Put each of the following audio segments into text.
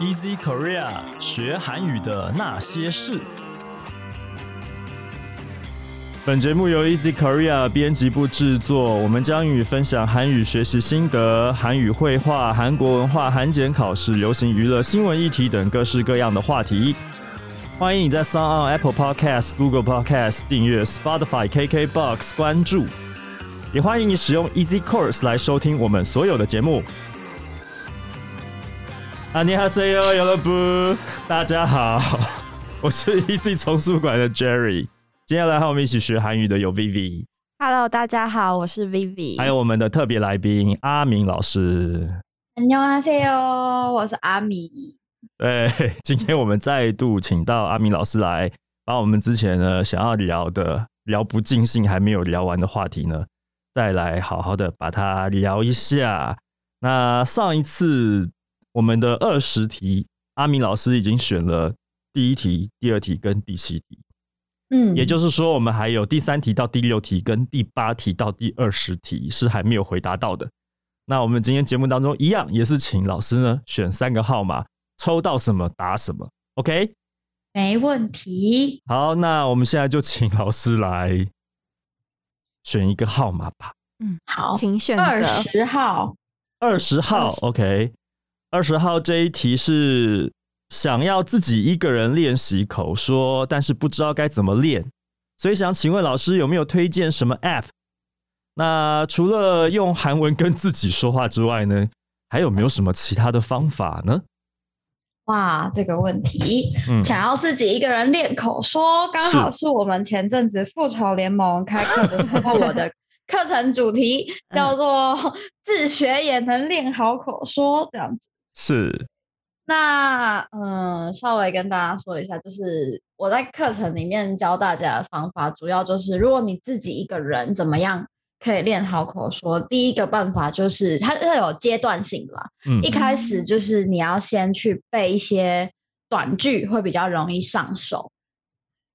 Easy Korea 学韩语的那些事。本节目由 Easy Korea 编辑部制作，我们将与分享韩语学习心得、韩语绘画、韩国文化、韩检考试、流行娱乐、新闻议题等各式各样的话题。欢迎你在 s o n on Apple Podcast、Google Podcast 订阅 Spotify、KKBox 关注，也欢迎你使用 Easy Course 来收听我们所有的节目。안녕하세요，여러분，大家好，我是 Easy 丛书馆的 Jerry。接下来和我们一起学韩语的有 Vivi， Hello，大家好，我是 Vivi。还有我们的特别来宾阿明老师。 안녕하세요，我是阿米。对，今天我们再度请到阿明老师来，把我们之前呢想要聊的聊不尽兴还没有聊完的话题呢，再来好好的把它聊一下。那上一次我们的二十题，阿明老师已经选了第一题、第二题跟第七题，嗯也就是说我们还有第三题到第六题跟第八题到第二十题是还没有回答到的。那我们今天节目当中一样也是请老师呢选三个号码，抽到什么答什么。OK，没问题。好，那我们现在就请老师来选一个号码吧，好，请选二择十号，二十号。 20 OK，二十号这一题是想要自己一个人练习口说，但是不知道该怎么练，所以想请问老师有没有推荐什么 App？那除了用韩文跟自己说话之外呢，还有没有什么其他的方法呢？哇，这个问题，嗯，想要自己一个人练口说，刚好是我们前阵子复仇联盟开课的时候，我的课程主题 嗯叫做“自学也能练好口说”这样子。是，那嗯，稍微跟大家说一下，就是我在课程里面教大家的方法，主要就是如果你自己一个人怎么样可以练好口说，第一个办法就是它它有阶段性的啦，嗯一开始就是你要先去背一些短句，会比较容易上手，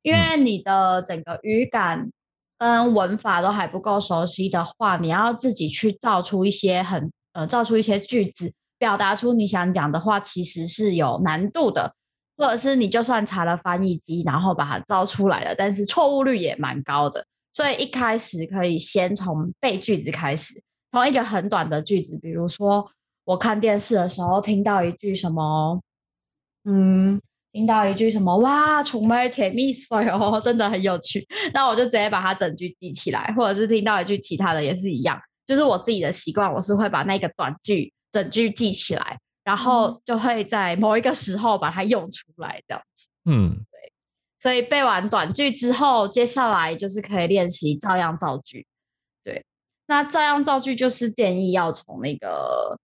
因为你的整个语感跟文法都还不够熟悉的话，你要自己去造出一些很呃，造出一些句子，表达出你想讲的话，其实是有难度的。或者是你就算查了翻译机，然后把它造出来了，但是错误率也蛮高的。所以一开始可以先从背句子开始，从一个很短的句子，比如说我看电视的时候听到一句什么，嗯，听到一句什么，哇，정말재밌어요，真哎 的很有趣。那我就直接把它整句记起来，或者是听到一句其他的也是一样，就是我自己的习惯，我是会把那个短句整句记起来，然后就会在某一个时候把它用出来，这样。嗯所以背完短句之后，接下来就是可以练习照样造句。对，那照样造句就是建议要从那个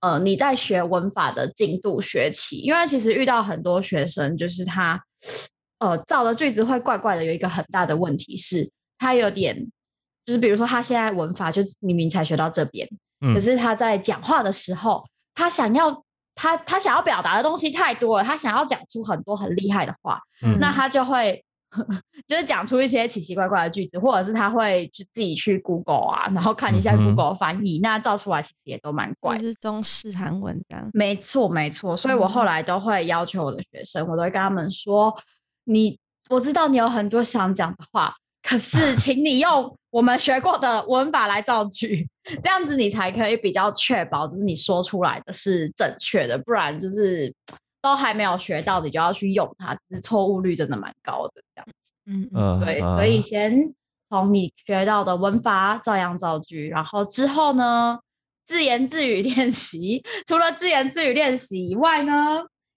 呃你在学文法的进度学起，因为其实遇到很多学生，就是他呃造的句子会怪怪的，有一个很大的问题是，他有点就是比如说他现在文法就是明明才学到这边，嗯可是他在讲话的时候，他想要他他想要表达的东西太多了，他想要讲出很多很厉害的话。嗯那他就会 就是讲出一些奇奇怪怪的句子，或者是他会去自己去 Google 啊，然后看一下嗯哼 Google 翻译，那造出来其实也都蛮怪就的。是中式韩文这样。嗯没错，没错。所以我后来都会要求我的学生，我都会跟他们说：你我知道你有很多想讲的话，可是 请你用我们学过的文法来造句， 这样子你才可以比较确保，就是你说出来的是正确的，不然就是都还没有学到，你就要去用它，只是错误率真的蛮高的。这样。嗯，嗯呃对，呃所以先从你学到的文法照样造句，然后之后呢，自言自语 练习。除了自言自语练习以外呢，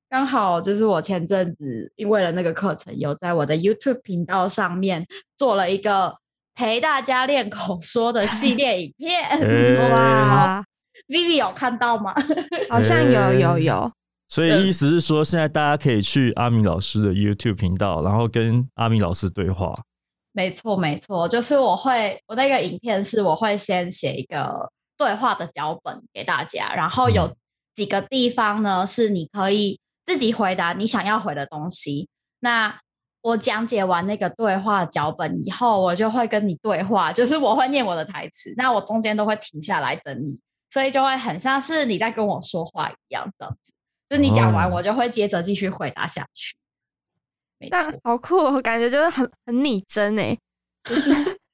刚好就是我前阵子因为了那个课程，有在我的 YouTube 频道上面做了一个陪大家练口说的系列影哎片。哇哇， ，Vivi 有看到吗？哎好像有有有，所以意思是说，现在大家可以去阿明老师的 YouTube 频道，然后跟阿明老师对话。没错，没错，就是我会，我那个影片是我会先写一个对话的脚本给大家，然后有嗯几个地方呢是你可以自己回答你想要回的东西。那我讲解完那个对话脚本以后，我就会跟你对话，就是我会念我的台词，那我中间都会停下来等你，所以就会很像是你在跟我说话一样这样子。就是你讲完，哦我就会接着继续回答下去。没那错，好酷、哦，我感觉就是很很拟真哎，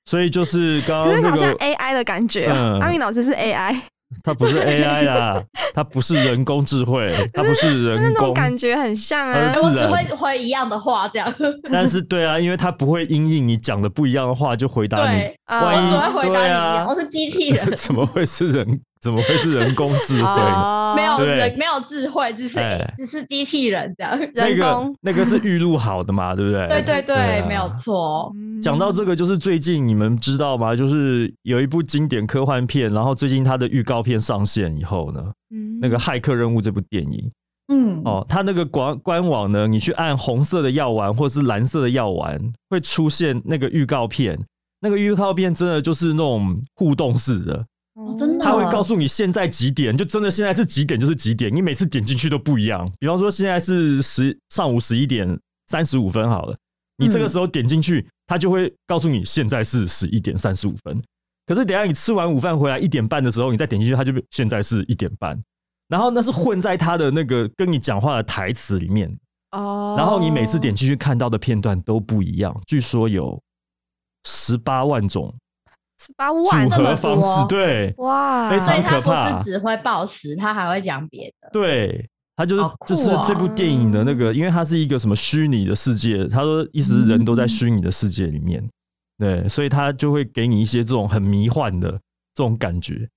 所以就是刚刚可哦是那好像个， AI 的感觉、哦嗯阿米老师是 AI，它不是 AI 啦，它不是人工智慧，它不是但是人那工种，感觉很像它啊是。我自只然会回一样的话，这样但是对啊，因为它不会因应你讲的不一样的话就回答你，对，啊万我一只会回答你对一样，啊，我是机器人 怎么会是人？怎么会是人工智慧？哦没有对人，没有智慧，只是哎只是机器人这样。那人个工那个是预录好的嘛，对不对？ 对对对，啊没有错。讲到这个，就是最近你们知道吗？就是有一部经典科幻片，然后最近它的预告片上线以后呢，嗯那个《骇客任务》这部电影嗯，哦，它那个官官网呢，你去按红色的药丸或是蓝色的药丸，会出现那个预告片。那个预告片真的就是那种互动式的，哦真的它哦会告诉你现在几点，就真的现在是几点就是几点，你每次点进去都不一样。比方说现在是十上午十一点三十五分好了，你这个嗯时候点进去，它就会告诉你现在是十一点三十五分。可是等一下你吃完午饭回来一点半的时候，你再点进去，它就变现在是一点半。然后那是混在它的那个跟你讲话的台词里面，哦，然后你每次点进去看到的片段都不一样。据说有十八万种十八万啊组那么合方式，多对，哇，非所以常他可不怕啊是只会报时，他还会讲别的。对，他就是、好酷哦就是这部电影的那个，因为它是一个什么虚拟的世界，他说一直人都在虚拟的世界里嗯面，对，所以他就会给你一些这种很迷幻的这种感觉，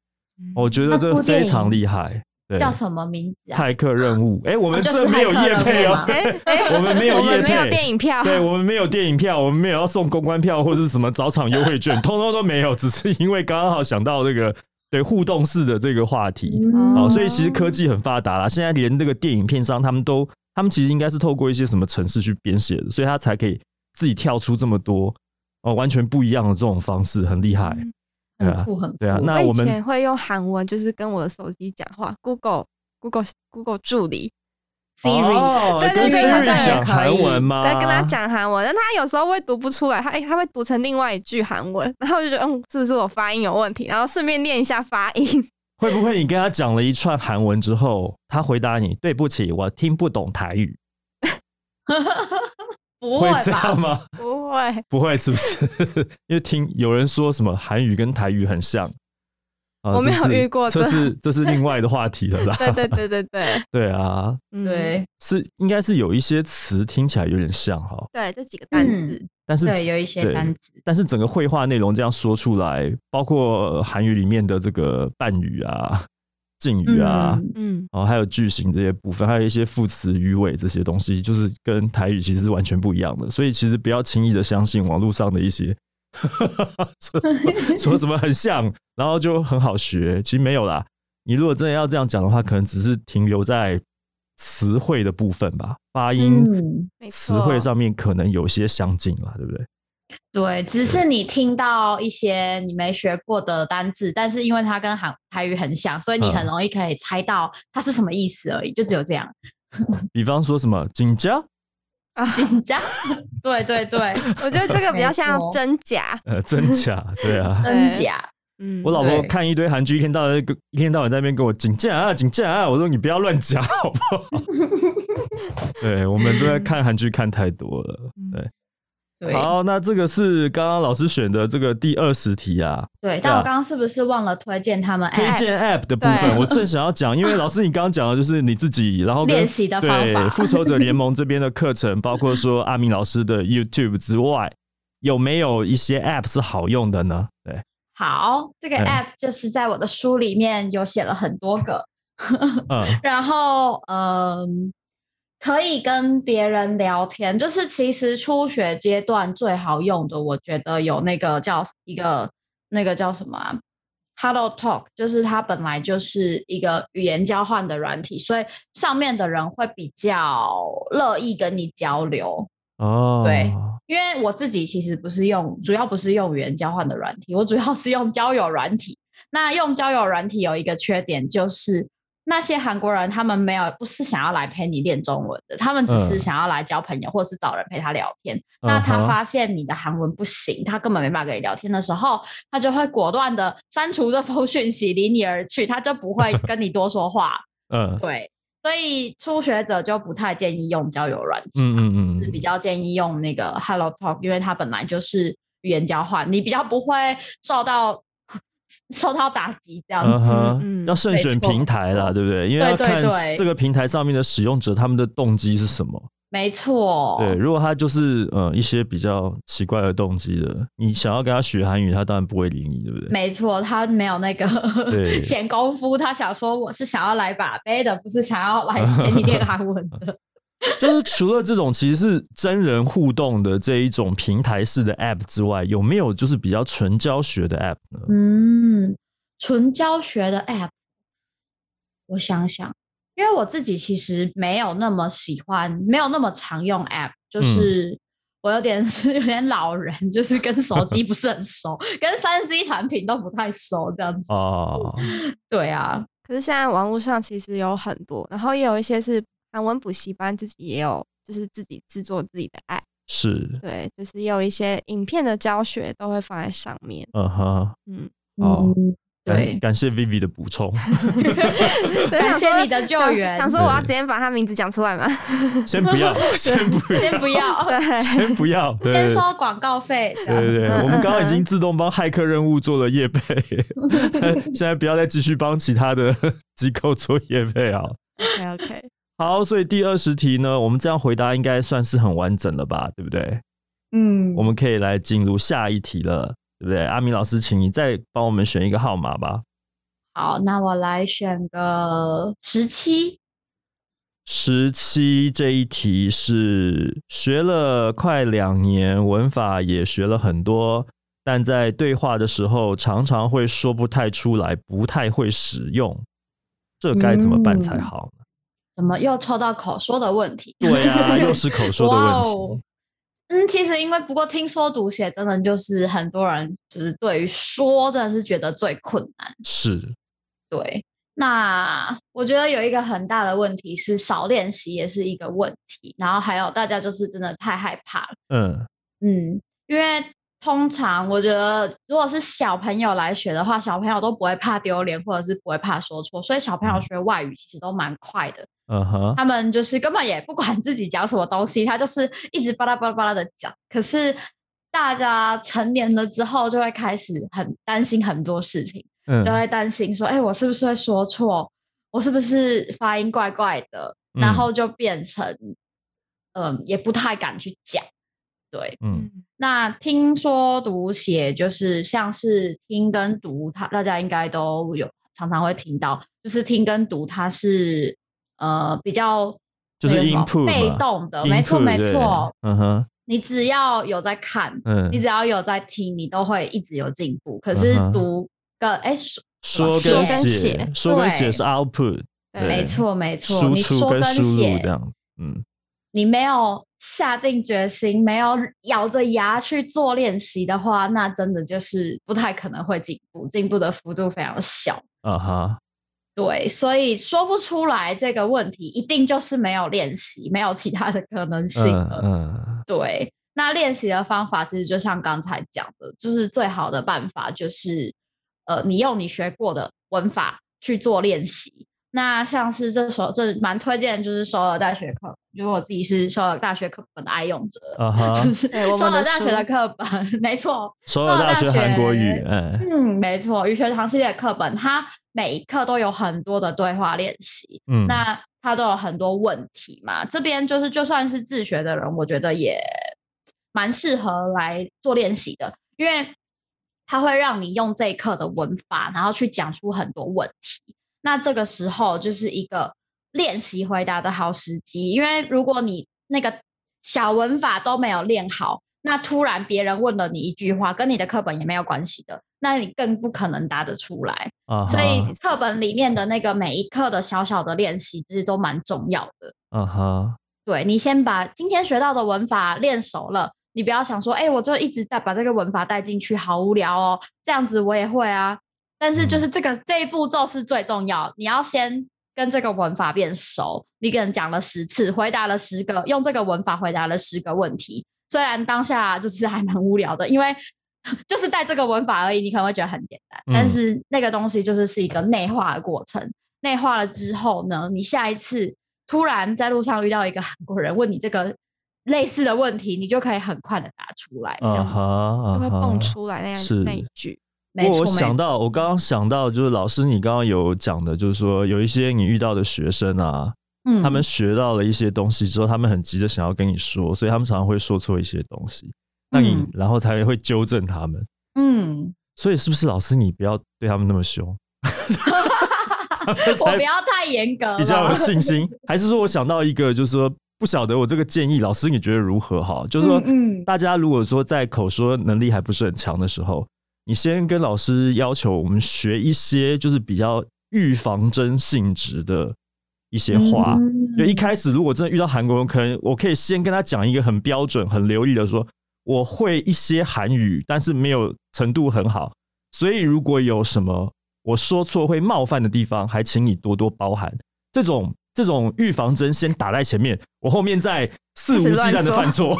我觉得那这部电非影常厉害。对，叫什么名字啊？骇客任务？哎、我们哦就是这没有骇客业配任务哦嘛，哎哎，我们没有我们业没有配。电影 票，对我们没有电影票，我们没有要送公关票或者是什么早场优惠券，通通都没有，只是因为刚刚好想到这个对互动式的这个话题，嗯哦，所以其实科技很发达啦，现在连那个电影片商他们都，他们其实应该是透过一些什么程式去编写的，所以他才可以自己跳出这么多哦完全不一样的这种方式，很厉害。嗯对啊很酷很酷。对啊，那我我以们前会用韩文，就是跟我的手机讲话，Google Google Google 助理， Siri 哦对跟对对好 Siri 像也讲可韩以文吗？对，跟他。讲韩文，但他有时候会读不出来，他哎他会读成另外一句韩文，然后我就觉得嗯，是不是我发音有问题？然后顺便练一下发音，会不会你跟他讲了一串韩文之后，他回答你对不起，我听不懂台语，不会这会吧样？吗？ 不会，不会是不是？ 因为听有人说什么韩语跟台语很像，啊我没有这是遇过这这是这是另外的话题了啦。 对对对对对，对啊，嗯对，是应该是有一些词听起来有点像哈，对，这几个单词，但是对，有一些对单词。但是整个绘画内容这样说出来，包括呃韩语里面的这个半语啊、敬语啊，嗯，嗯，然后还有句型这些部分，还有一些副词、语尾这些东西，就是跟台语其实是完全不一样的。所以其实不要轻易的相信网络上的一些 说说什么很像，然后就很好学，其实没有啦。你如果真的要这样讲的话，可能只是停留在词汇的部分吧，发音、嗯没错词汇上面可能有些相近啦，对不对？对，只是你听到一些你没学过的单字，但是因为它跟韩台语很像，所以你嗯很容易可以猜到它是什么意思而已，就只有这样。比方说什么紧张，啊，紧张， 对对对，我觉得这个比较像没错真假，呃，真假，对啊。真假，嗯，我老婆对看一堆韩剧，一天到晚跟一天到晚在那边跟我紧张啊紧张啊，我说你不要乱讲好不 好？对，我们都在看韩剧看太多了。对，嗯对好，那这个是刚刚老师选的这个第二十题啊，对。对但啊我刚刚是不是忘了推荐他们推 app？荐 App 的部分， 对我正想要讲，因为老师你刚刚讲的就是你自己，然后跟练习的方对法复仇者联盟这边的课程，包括说阿明老师的 YouTube 之外，有没有一些 App 是好用的呢？对，好，这个嗯 app 就是在我的书里面有写了很多个，嗯然后嗯，可以跟别人聊天，就是其实初学阶段最好用的，我觉得有那个叫一个那个叫什么啊，Hello Talk，就是它本来就是一个语言交换的软体，所以上面的人会比较乐意跟你交流。哦，对因为我自己其实不是用，主要不是用语言交换的软体，我主要是用交友软体。那用交友软体有一个缺点，就是那些韩国人他们没有不是想要来陪你练中文的，他们只是嗯想要来交朋友，或是找人陪他聊天。那他嗯哼发现你的韩文不行，他根本没办法跟你聊天的时候，他就会果 断的删除这封讯息，离你而去，他就不会跟你多说话。嗯对，所以初学者就不太建议用交友软件，嗯嗯嗯是嗯比较建议用那个 Hello Talk，因为它本来就是语言交换，你比较不会受到受到打击这样嗯子。哼，嗯要慎没选错平台啦，对不对？因为对要对看对这个平台上面的使用者他们的动机是什么。没错，对，如果他就是呃一些比较奇怪的动机的，你想要跟他学韩语，他当然不会理你，对不对？没错，他没有那对个 闲工夫，他想说我是想要来把杯的，不是想要 来给你练韩文的。就是除了这种其实是真人互动的这一种平台式的 App 之外，有没有就是比较纯教学的 App 呢？嗯，纯教学的 app，我想想，因为我自己其实没有那么喜欢，没有那么常用 app，就嗯是我有点 是有点老人，就是跟 手机不是很熟，跟三 C 产品都不太熟这样子。哦，对啊，可是现在网络上其实有很多，然后也有一些是韩文补习班自己也有，就是自己制作自己的 app，是，对，就是也有一些影片的教学都会放在上面。嗯哼，嗯，哦嗯，感对，感谢 Vivi 的补充。对感谢想说你的救想援想说我要对直接把他名字讲出来嘛？先不 要，先不要，先不 要， 对，先不要，对先对收广告费这样。嗯对对对，我们刚刚已经自动帮骇客任务做了业配， 现在不要再继续帮其他的 机构做业配啊。 OK OK，好，所以第二十题呢，我们这样回答应该算是很完整了吧，对不对？嗯我，们可以来进入下一题了，对不对？阿明老师，请你再帮我们选一个号码吧，好，那我来选个十七。十七这一题是学了快两年，文法也学了很多，但在对话的时候常常会说不太出来，不太会使用，这该怎么办才好呢？怎么又抽到口说的问题？对啊，又是口说的问哇 哦题。嗯，其实因为不过听说读写真的就是很多人就是对于说真的是觉得最困难。是，对，那我觉得有一个很大的问题是少练习也是一个问题，然后还有大家就是真的太害怕了。嗯，嗯，因为通常我觉得如果是小朋友来学的话，小朋友都不会怕丢脸或者是不会怕说错，所以小朋友嗯学外语其实都蛮快的。嗯哼，他们就是根本也不管自己讲什么东西，他就是一直巴拉巴拉巴拉的讲。可是大家成年了之后，就会开始很担心很多事情，就嗯，会担心说：“哎、我是不是会说错？我是不是发音怪怪的？”然嗯后就变成，嗯、也不太敢去讲。对，嗯，那听说读写就是像是听跟读，它大家应该都有常常会听到，就是听跟读它是呃比较就是那个什么 input 被嘛动的，没错 Input，没对错，，嗯哼，你只要有在看，嗯你，只要有在听，你都会一直有进步。可是嗯哼读跟哎、说说写跟跟写写，说跟写对是 output，对没错没错，输你出说跟跟输入这写，样，嗯，你没有下定决心，没有咬着牙去做练习的话，那真的就是不太可能会进步，进步的幅度非常小。啊哈，对，所以说不出来这个问题，一定就是没有练习，没有其他的可能性嗯了。嗯，对，那练习的方法其实就像刚才讲的，就是最好的办法就是，呃，你用你学过的文法去做练习。那像是这首这蛮推荐，就是首尔大学课，因为我自己是首尔大学课本的爱用者，啊哈就，是对我们首尔的大学的书课本， 没错，首尔大学韩国语，哎，嗯，没错，语学堂系列课本，它每一课都有很多的对话练习，嗯，那他都有很多问题嘛。这边就是就算是自学的人，我觉得也蛮适合来做练习的，因为它会让你用这一课的文法，然后去讲出很多问题。那这个时候就是一个练习回答的好时机，因为如果你那个小文法都没有练好，那突然别人问了你一句话，跟你的课本也没有关系的，那你更不可能答得出来。啊哈，所以课本里面的那个每一课的小小的练习，其实都蛮重要的。啊哈，对你先把今天学到的文法练熟了，你不要想说，哎、我就一直在把这个文法带进去，好无聊哦，这样子我也会啊。但是就是这个、这一步骤是最重要，你要先跟这个文法变熟。你可能讲了十次，回答了十个，用这个文法回答了十个问题。虽然当下就是还蛮无聊的，因为就是带这个文法而已，你可能会觉得很简单，嗯但是那个东西就是是一个内化的过程。内化了之后呢，你下一次突然在路上遇到一个韩国人问你这个类似的问题，你就可以很快的答出来。这啊样哈，就啊会哈蹦出来那是样那一句。没错，我没想错到，我刚刚想到，就是老师你刚刚有讲的，就是说有一些你遇到的学生啊，嗯，他们学到了一些东西之后，他们很急着想要跟你说，所以他们常常会说错一些东西，那你、嗯然后才会纠正他们。 嗯，所以是不是老师你不要对他们那么 凶，我不要太严格了，比较有信心？还是说我想到一个，就是说不晓得我这个建议，老师你觉得如何好？就是说，嗯嗯大家如果说在口说能力还不是很强的时候，你先跟老师要求我们学一些就是比较预防针性质的一些话。嗯就一开始如果真的遇到韩国人，可能我可以先跟他讲一个很标准、很流利的说，我会一些韩语，但是没有程度很好，所以如果有什么我说错会冒犯的地方，还请你多多包涵。这种这种预防针先打在前面，我后面再肆无忌惮的犯错，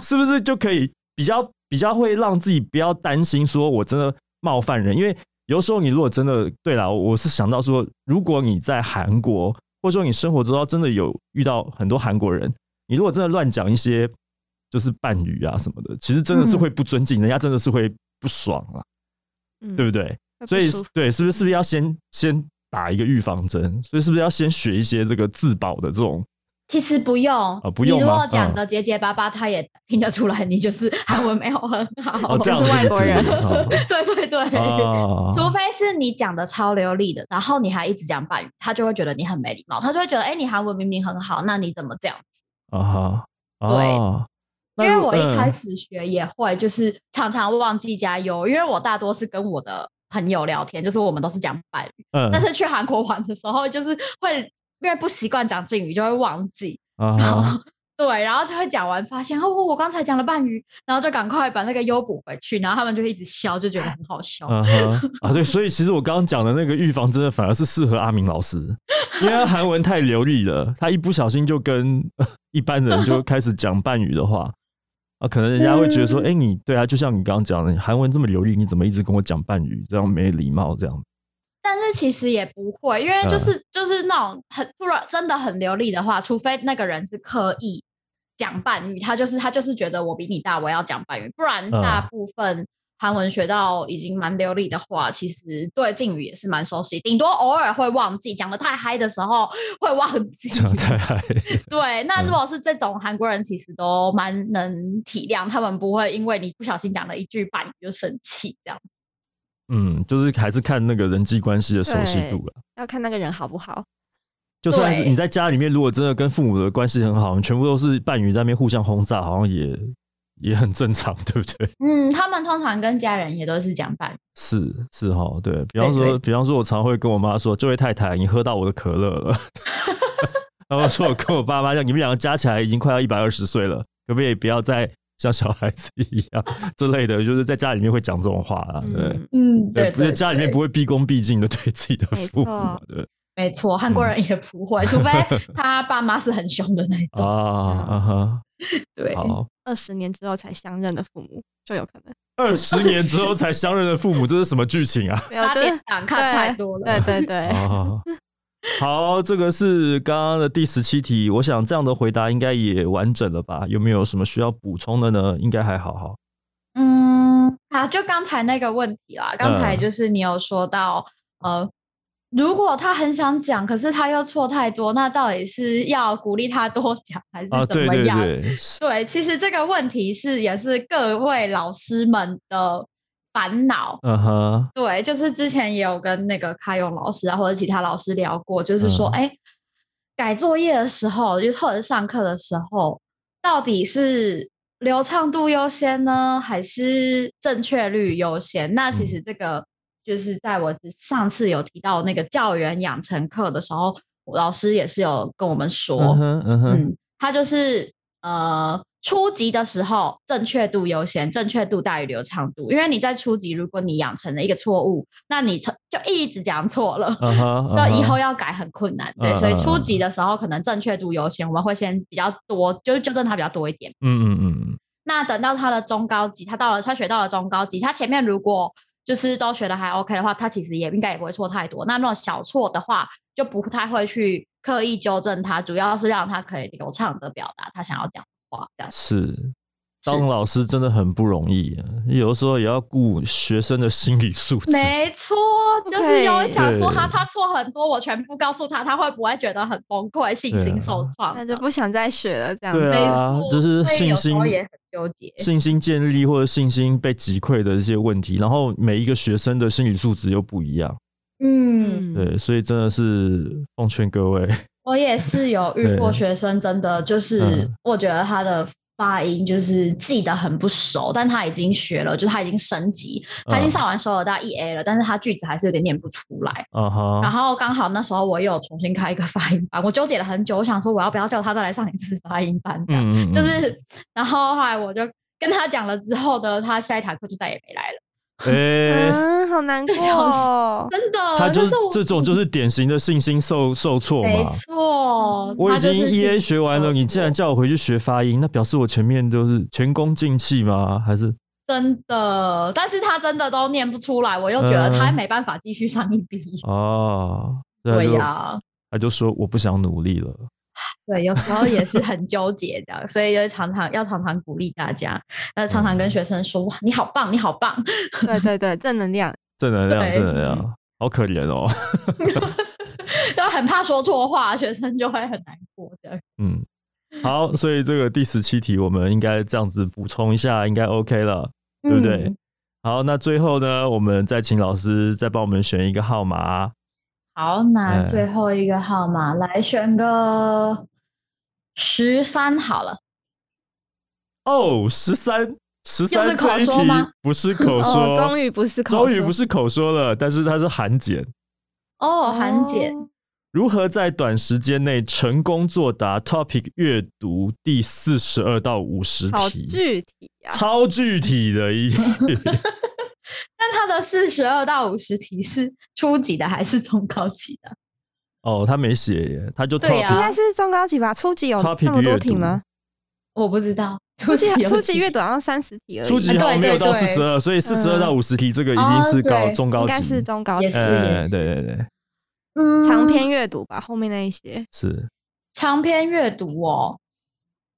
是不是就可以比较比较会让自己不要担心说我真的冒犯人？因为有时候你如果真的对啦，我是想到说，如果你在韩国，或者说你生活之后真的有遇到很多韩国人，你如果真的乱讲一些就是伴语啊什么的，其实真的是嗯会不尊敬，人家真的是会不爽啊，嗯，对不对？会不所以舒服对，是不是是不是要先先打一个预防针？所以是不是要先学一些这个自保的这种？ 其实不用啊不用你如吗果讲嗯的结结巴巴，他也听得出来，你就是韩文没有很好。哦，这样是子哦外国人 对对对，啊，除非是你讲的超流利的，然后你还一直讲半语，他就会觉得你很没礼貌，他就会觉得，哎、你韩文明明很好，那你怎么这样子？啊哈，对哦因那为如我一开嗯始学也会，就是常常忘记加油，因为我大多是跟我的朋友聊天，就是我们都是讲半语，嗯，但是去韩国玩的时候，就是会因为不习惯讲敬语，就会忘记，啊然哈后对，然后就会讲完发现哦，我刚才讲了半语，然后就赶快把那个优补回去，然后他们就会一直笑，就觉得很好笑。嗯哼，啊，对，所以其实我刚刚讲的那个预防针的反而是适合阿明老师，因为他韩文太流利了，他一不小心就跟 一般人就开始讲半语的话，啊，可能人家会觉得嗯说，哎、你对啊，就像你刚刚讲的，你韩文这么流利，你怎么一直跟我讲半语，这样没礼貌，这样，但是其实也不会，因为嗯就是、就是那种很突然真的很流利的话，除非那个人是刻意讲半语，他就是他就是觉得我比你大，我要讲半语，不然嗯大部分韩文学到已经蛮流利的话，其实对敬语也是蛮熟悉，顶多偶尔会忘记，讲的太嗨的时候 会忘记。这样太嗨，对，那嗯如果是这种韩国人，其实都蛮能体谅，他们不会因为你不小心讲了一句半语就生气这样。 嗯，就是还是看那个人际关系的熟悉对度了。要看那个人好不好。啊就算是对你在家里面，如果真的跟父母的关系很好，你全部都是伴侣在那边互相轰炸，好像也也很正常，对不对？嗯，他们通常跟家人也都是讲半语。是是哈，对比方对说，对比方说，我常会跟我妈说：“这位太太，你喝到我的可乐了。” 然后说我跟我爸妈讲，你们两个加起来已经快要一百二十岁了，可不可以不要再像小孩子一样之类的？就是在家里面会讲这种话啊，对。嗯，嗯，对，对，不是对家里面对不会毕恭毕敬的对自己的没父母嘛错，对没嗯错，韩国人也不会，除 非他爸妈是很凶的那一啊种。啊哈，对，好，二十年之后才相认的父母就有可能。二十年之后才相认的父母，这是什么剧情 啊？没有，八就是点档看太多了。对对哎对，啊， 好，这个是刚刚的第十七题，我想这样的回答应该也完整了吧？有没有什么需要补充的呢？应该还好哈。嗯，啊，就刚才那个问题啦，刚才嗯就是你有说到，呃，如果他很想讲，可是他又错太多，那到底是要鼓励他多讲，还是啊，怎对么对样？对，对，其实这个问题是也是各位老师们的烦恼。嗯哼，对，就是之前也有跟那个卡勇老师啊，或者其他老师聊过，就是说，嗯哎、改作业的时候，就或者是上课的时候，到底是流畅度优先呢，还是正确率优先？那其嗯实这个就是在我上次有提到那个教员养成课的时候，老师也是有跟我们说，嗯哼，嗯哼，嗯，它就是呃初级的时候正确度优先，正确度大于流畅度，因为你在初级，如果你养成了一个错误，那你成就一直讲错了。嗯哼，那以后要要改很困难，嗯对，所以初嗯级的时候可能正确度优先，我们会先比较多，就是纠正它比较多一点。嗯嗯嗯那等到他的中高级，他到了他学到了中高级，他前面如果就是都学的还 OK 的话，他其实也应该也不会错太多。那那种小错的话，就不太会去刻意纠正他，主要是让他可以流畅的表达他想要讲的话， 这样。是。当老师真的很不容易、啊，有的时候也要顾学生的心理素质。没错，就是有人想说他对他错很多，我全部告诉他，他会不会觉得很崩溃、信对啊心受创那的？就不想再学了，这样对子。啊没，错就是所以信有时心候也很纠结。信心建立或者信心被击溃的一些问题，然后每一个学生的心理素质又不一样，嗯，对，所以真的是奉劝各位，我也是有遇过对学生，真的就是嗯我觉得他的发音就是记得很不熟，但他已经学了，就是他已经升级，他嗯已经上完首尔大一 A 了，但是他句子还是有点念不出来。啊然哈，后刚好那时候我也有重新开一个发音班，我纠结了很久，我想说我要不要叫他再来上一次发音班，这样、嗯嗯，就嗯是，然后后来我就跟他讲了之后呢，他下一堂课就再也没来了， 哎，啊，好难过哦。真的，他就那是嗯呃是我这种就是典型的信心受受挫没嘛。错，我已他就经是 E A 信学完了，受你竟然挫叫我回去学发音，那表示我前面都是前功尽弃吗？还是真的，但是他真的都念不出来，我又觉得他嗯没办法继续上一 B，、哦， 对啊对就呀、他就说我不想努力了。对，有时候也是很纠结这样，所以就常常要常常鼓励大家，要常常跟学生说哇，你好棒，你好棒，对对对，正能量。正能量，对正能量，好可怜哦。就很怕说错话，学生就会很难过这样。嗯，好，所以这个第十七题我们应该这样子补充一下，应该 OK 了，对不对？嗯好，那最后呢，我们再请老师再帮我们选一个号码。好，那哎最后一个号码、来选个十三好了。哦，十三，十又三是口这一说题吗不是口哦说，，终于不是口终于说不是口说了，但是它是函检。哦，韩姐，哦如何在短时间内成功作答 topic 阅读第四十二到五十好题？具体啊。超具体的一题，但他的四十二到五十题是初级的还是中高级的？哦，他没写耶，他就 topic 对呀应该是中高级吧，初级有 Topic 那么阅多读题吗？我不知道，初级啊有初几级阅读好像三十题而已，初级好像没有到啊对四对对十二，所以四十二到五十题这个一定哦是高、对中高应级，该是中高级也。是也哎是对对对，嗯长篇阅读吧，后面那一些是长篇阅读哦，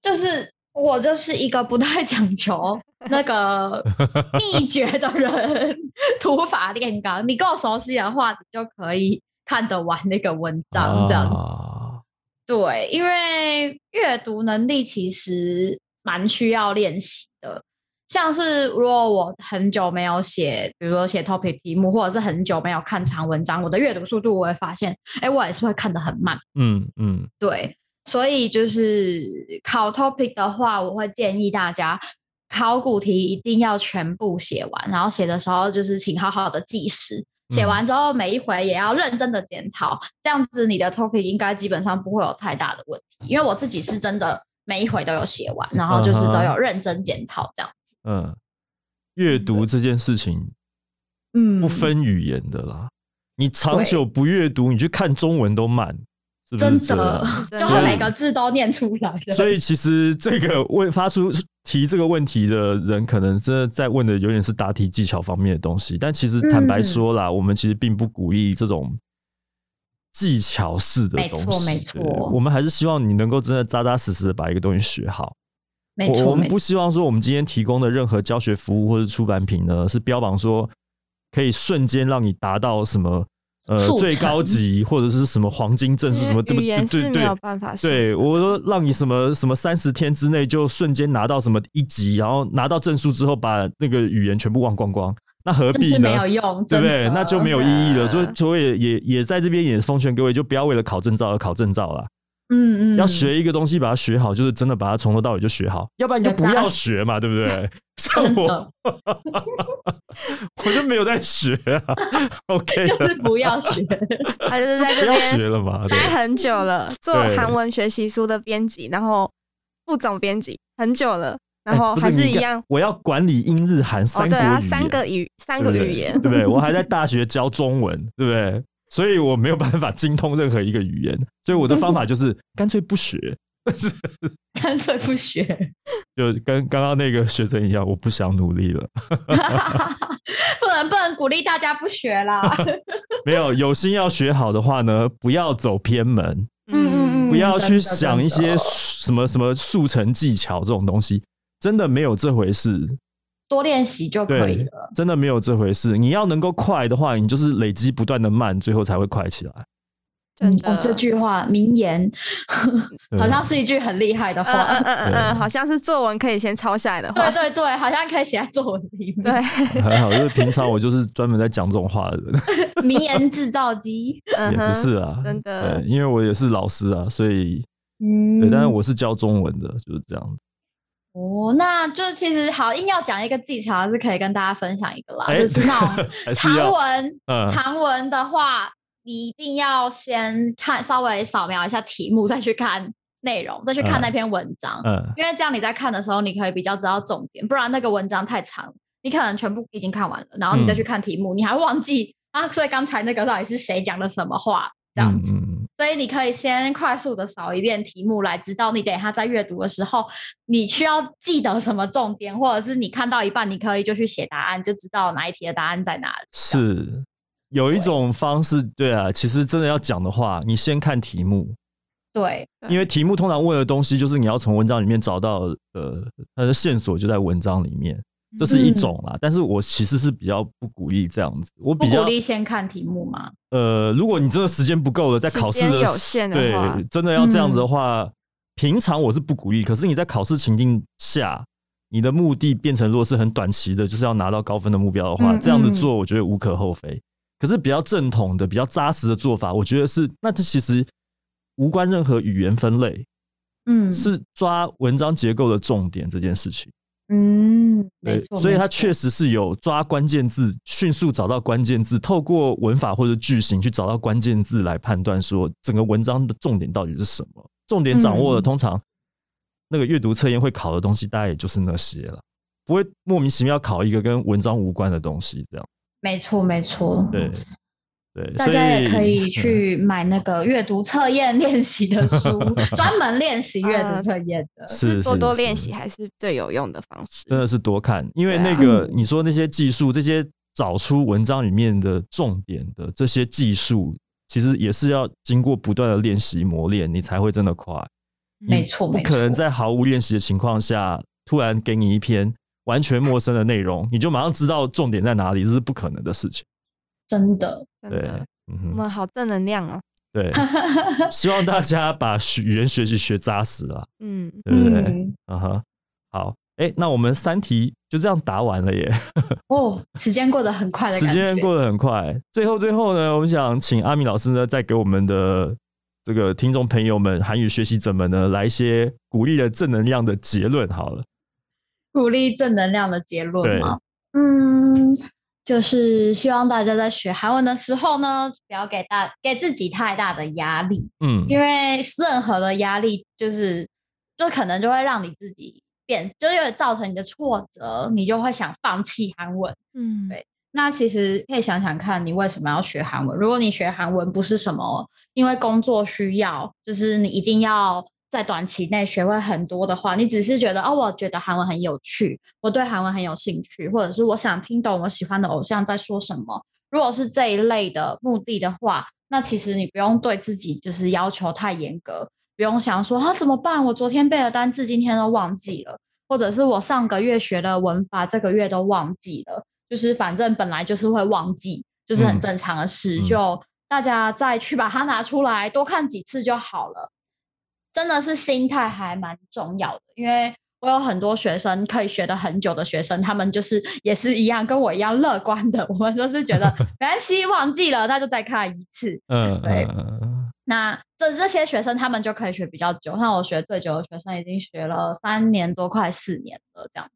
就是我就是一个不太讲求那个秘诀的人，土法炼钢。你够熟悉的话，你就可以看得完那个文章，这样、啊对，因为阅读能力其实蛮需要练习的。像是如果我很久没有写，比如说写 topic 题目，或者是很久没有看长文章，我的阅读速度我会发现，哎，我也是会看得很慢。嗯嗯对，所以就是考 topic 的话，我会建议大家考古题一定要全部写完，然后写的时候就是请好好的计时，写嗯完之后每一回也要认真的检讨，这样子你的 topic 应该基本上不会有太大的问题。因为我自己是真的每一回都有写完，然后就是嗯都哼有认真检讨这样子。嗯，阅读这件事情嗯，不分语言的啦，你长对久不阅读，你去看中文都慢，是不啊 真是这的样？真就的会每个字都念出来的。所以其实这个问发出提这个问题的人，可能真的在问的有点是答题技巧方面的东西。但其实坦白说嗯啦，我们其实并不鼓励这种技巧式的东西。没错对没错我们还是希望你能够真的扎扎实实的把一个东西学好。没我错，我们没不错，希望说我们今天提供的任何教学服务或者出版品呢，是标榜说可以瞬间让你达到什么呃速成最高级或者是什么黄金证因书什么为对不语言对是对没对有。办法实对现我说让你什么什么三十天之内就瞬间拿到什么一级，然后拿到证书之后把那个语言全部忘光光，那何真必是呢没？有用，对不真对？的那就没有意义了。所以真的所以也也在这边也奉劝各位，就不要为了考证照而考证照啦。嗯嗯，要学一个东西，把它学好，就是真的把它从头到尾就学好，要不然你就要不扎要实学嘛，对不对？像真我，的。 我就没有在学啊。OK，就是不要学。他就是在不这要学边了嘛，对待很久了，做对韩文学习书的编辑，然后副总编辑很久了，然后哎不还是你一看样。我要管理英日韩哦，三国对，语他言，三个语三对不个对语言对，不对？我还在大学教中文，对不对？所以我没有办法精通任何一个语言，所以我的方法就是 干脆不学， 干脆不学，就跟刚刚那个学生一样，我不想努力了。不能不能鼓励大家不学啦。没有有心要学好的话呢，不要走偏门，嗯嗯嗯，不要去真的想一真些的什么什么速成技巧这种东西，真的没有这回事。多练习就可以对了。，真的没有这回事。你要能够快的话，你就是累积不断的慢，最后才会快起来。真嗯的哦，这句话名言对好像是一句很厉害的嗯嗯话。嗯嗯嗯，好像是作文可以先抄下来的话对，对对，好像可以写在作文里面。对，还好，就是平常我就是专门在讲这种话的人，名言制造机。嗯也不哼，是啊，真的对，因为我也是老师啊，所以嗯对，但是我是教中文的，就是这样。哦，那就是其实好硬要讲一个技巧，还是可以跟大家分享一个啦，哎就是那种 还是长要文。嗯，长文的话，你一定要先看稍微扫描一下题目，再去看内容，再去嗯看那篇文章，嗯，因为这样你在看的时候，你可以比较知道重点，不然那个文章太长了，你可能全部已经看完了，然后你嗯再去看题目，你还忘记啊，所以刚才那个到底是谁讲的什么话这样子。嗯嗯所以你可以先快速的扫一遍题目，来知道你等一下在阅读的时候，你需要记得什么重点，或者是你看到一半，你可以就去写答案，就知道哪一题的答案在哪里。是有一种方式，对啊，其实真的要讲的话，你先看题目，对，因为题目通常问的东西就是你要从文章里面找到呃它的线索就在文章里面，这是一种啦。但是我其实是比较不鼓励这样子，我不比鼓较励先看题目吗？呃，如果你真的时间不够了，在时考试间的有时限的话对，真的要这样子嗯的话，平常我是不鼓励。可是你在考试情境下，你的目的变成如果是很短期的，就是要拿到高分的目标的话，嗯这样子嗯做我觉得无可厚非。可是比较正统的、比较扎实的做法，我觉得是那这其实无关任何语言分类，嗯，是抓文章结构的重点这件事情。嗯，没对错，，所以没它错确实是有抓关键字，迅速找到关键字，透过文法或者句型去找到关键字来判断说整个文章的重点到底是什么。重点掌握了，嗯通常那个阅读测验会考的东西，大概也就是那些了，不会莫名其妙考一个跟文章无关的东西。这样，没错，没错，对。对，哦大所家也 可以嗯去买那个阅读测验练习的 书，专门练习阅读啊测验的。是多多练。是习是还是最有用的方式。真的是多看，因为对那啊个、嗯你说那些技术，这些找出文章里面的重点的这些技术，其实也是要经过不断的练习磨练，你才会真的快。没错，嗯不没可错能。在毫无练习的情况下，突然给你一篇完全陌生的内容，你就马上知道重点在哪里，这是不可能的事情。真的，真对的，，我嗯哼，们好正能量哦。对， 希望大家把学语言学习学扎实了，嗯，对不对？嗯，嗯哼、好，哎、那我们三题就这样答完了耶。哦，时间过得很快的时感觉，间过得很快。最后最后呢，我们想请阿米老师呢，再给我们的这个听众朋友们、韩语学习者们呢，来一些鼓励的正能量的结论好了。鼓励正能量的结论吗？嗯，就是希望大家在学韩文的时候呢，不要给大给自己太大的压力，嗯，因为任何的压力就是就可能就会让你自己变，就是有点造成你的挫折，你就会想放弃韩文。嗯，对那其实可以想想看，你为什么要学韩文？如果你学韩文不是什么，因为工作需要，就是你一定要在短期内学会很多的话，你只是觉得哦，我觉得韩文很有趣，我对韩文很有兴趣，或者是我想听懂我喜欢的偶像在说什么。如果是这一类的目的的话，那其实你不用对自己就是要求太严格，不用想说啊怎么办？我昨天背的单字今天都忘记了，或者是我上个月学的文法这个月都忘记了，就是反正本来就是会忘记，就是很嗯正常的事，嗯就大家再去把它拿出来多看几次就好了。真的是心态还蛮重要的，因为我有很多学生可以学得很久的学生，他们就是也是一样跟我一样乐观的，我们都是觉得 没关系，忘记了那就再看一次，嗯对嗯那这这些学生他们就可以学比较久，像我学最久的学生已经学了三年多，快四年了这样。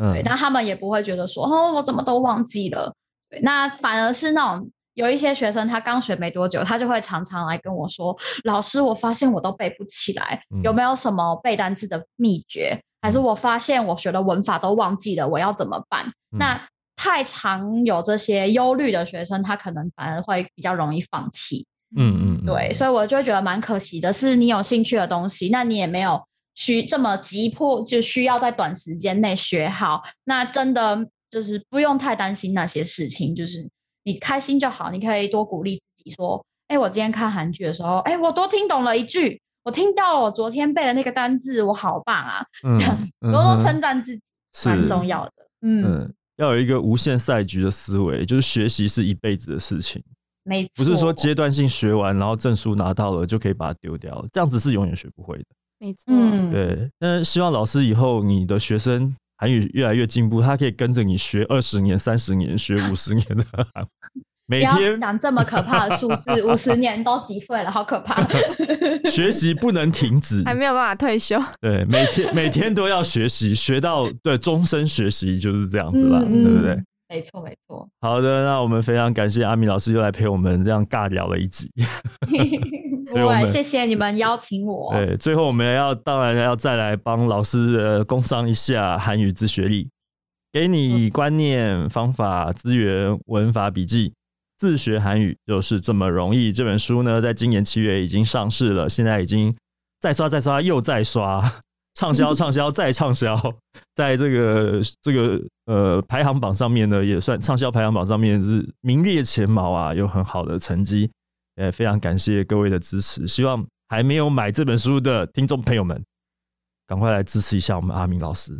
嗯对，但他们也不会觉得说哦，我怎么都忘记了。对，那反而是那种有一些学生他刚学没多久，他就会常常来跟我说，老师，我发现我都背不起来，有嗯没有什么背单词的秘诀？还是我发现我学的文法都忘记了，我要怎么办？嗯那太常有这些忧虑的学生，他可能反而会比较容易放弃。嗯嗯，对，所以我就会觉得蛮可惜的是，你有兴趣的东西，那你也没有需这么急迫，就需要在短时间内学好。那真的就是不用太担心那些事情，就是你开心就好。你可以多鼓励自己说：“哎，我今天看韩剧的时候，哎，我多听懂了一句，我听到了我昨天背的那个单字，我好棒啊嗯，！”嗯多多哼称赞自己是蛮重要的。嗯，嗯，要有一个无限赛局的思维，就是学习是一辈子的事情，没错，不是说阶段性学完，然后证书拿到了就可以把它丢掉，这样子是永远学不会的。没错，嗯，对，那希望老师以后你的学生韩语越来越进步，他可以跟着你学二十年、三十年，学五十年的韩语，不 每要天讲这么可怕的数 字，五十年都几岁了，好可怕。学习不能停止，还没有办法退休。对，每天每天都要学习，学到对终身学习就是这样子啦，嗯对不对？？没错，没 错。好的，那我们非常感谢阿米老师又来陪我们这样尬聊了一集。对我对，们谢谢你 们邀请我。对，最后我们要当然要再来帮老师呃工商一下韩语自学力，给你观念、方法、资源、文法笔记。自学韩语就是这么容易。这本书呢，在今年七月已经上市了，现在已经再刷、再刷又再刷， 畅销、畅销再畅销，在这个这个呃排行榜上面呢，也算畅销排行榜上面是名列前茅啊，有很好的成绩。呃，非常感谢各位的支持，希望还没有买这本书的听众朋友们，赶快来支持一下我们阿明老师。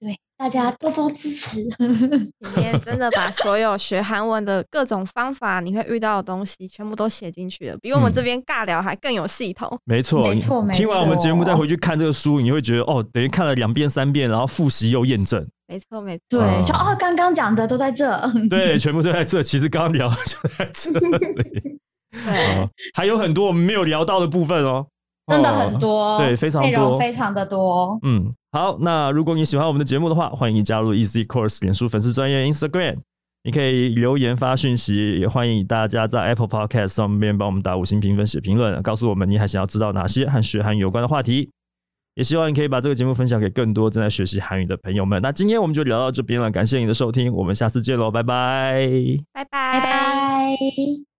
对，大家多多支持。 里面真的把所有学韩文的各种方法，你会遇到的东西，全部都写进去了，比我们嗯这边尬聊还更有系统。没错，没错你没听完我们节目错再回去看这个书，你会觉得哦，等于看了两遍、三遍，然后复习又验证，没错，没错。对嗯，就哦，刚刚讲的都在这。 对，全部都在这。其实刚刚聊就在这 里，对哦，还有很多我们没有聊到的部分哦，真的哦很多，对非常内多容非常的多。嗯，好，那如果你喜欢我们的节目的话，欢迎加入 Easy Course 脸书粉丝专业 Instagram，你可以留言发讯息，也欢迎大家在 Apple Podcast 上面帮我们打五星评分、写评论，告诉我们你还想要知道哪些和学韩语有关的话题。也希望你可以把这个节目分享给更多正在学习韩语的朋友们。那今天我们就聊到这边了，感谢你的收听，我们下次见喽，拜拜。拜拜。拜拜。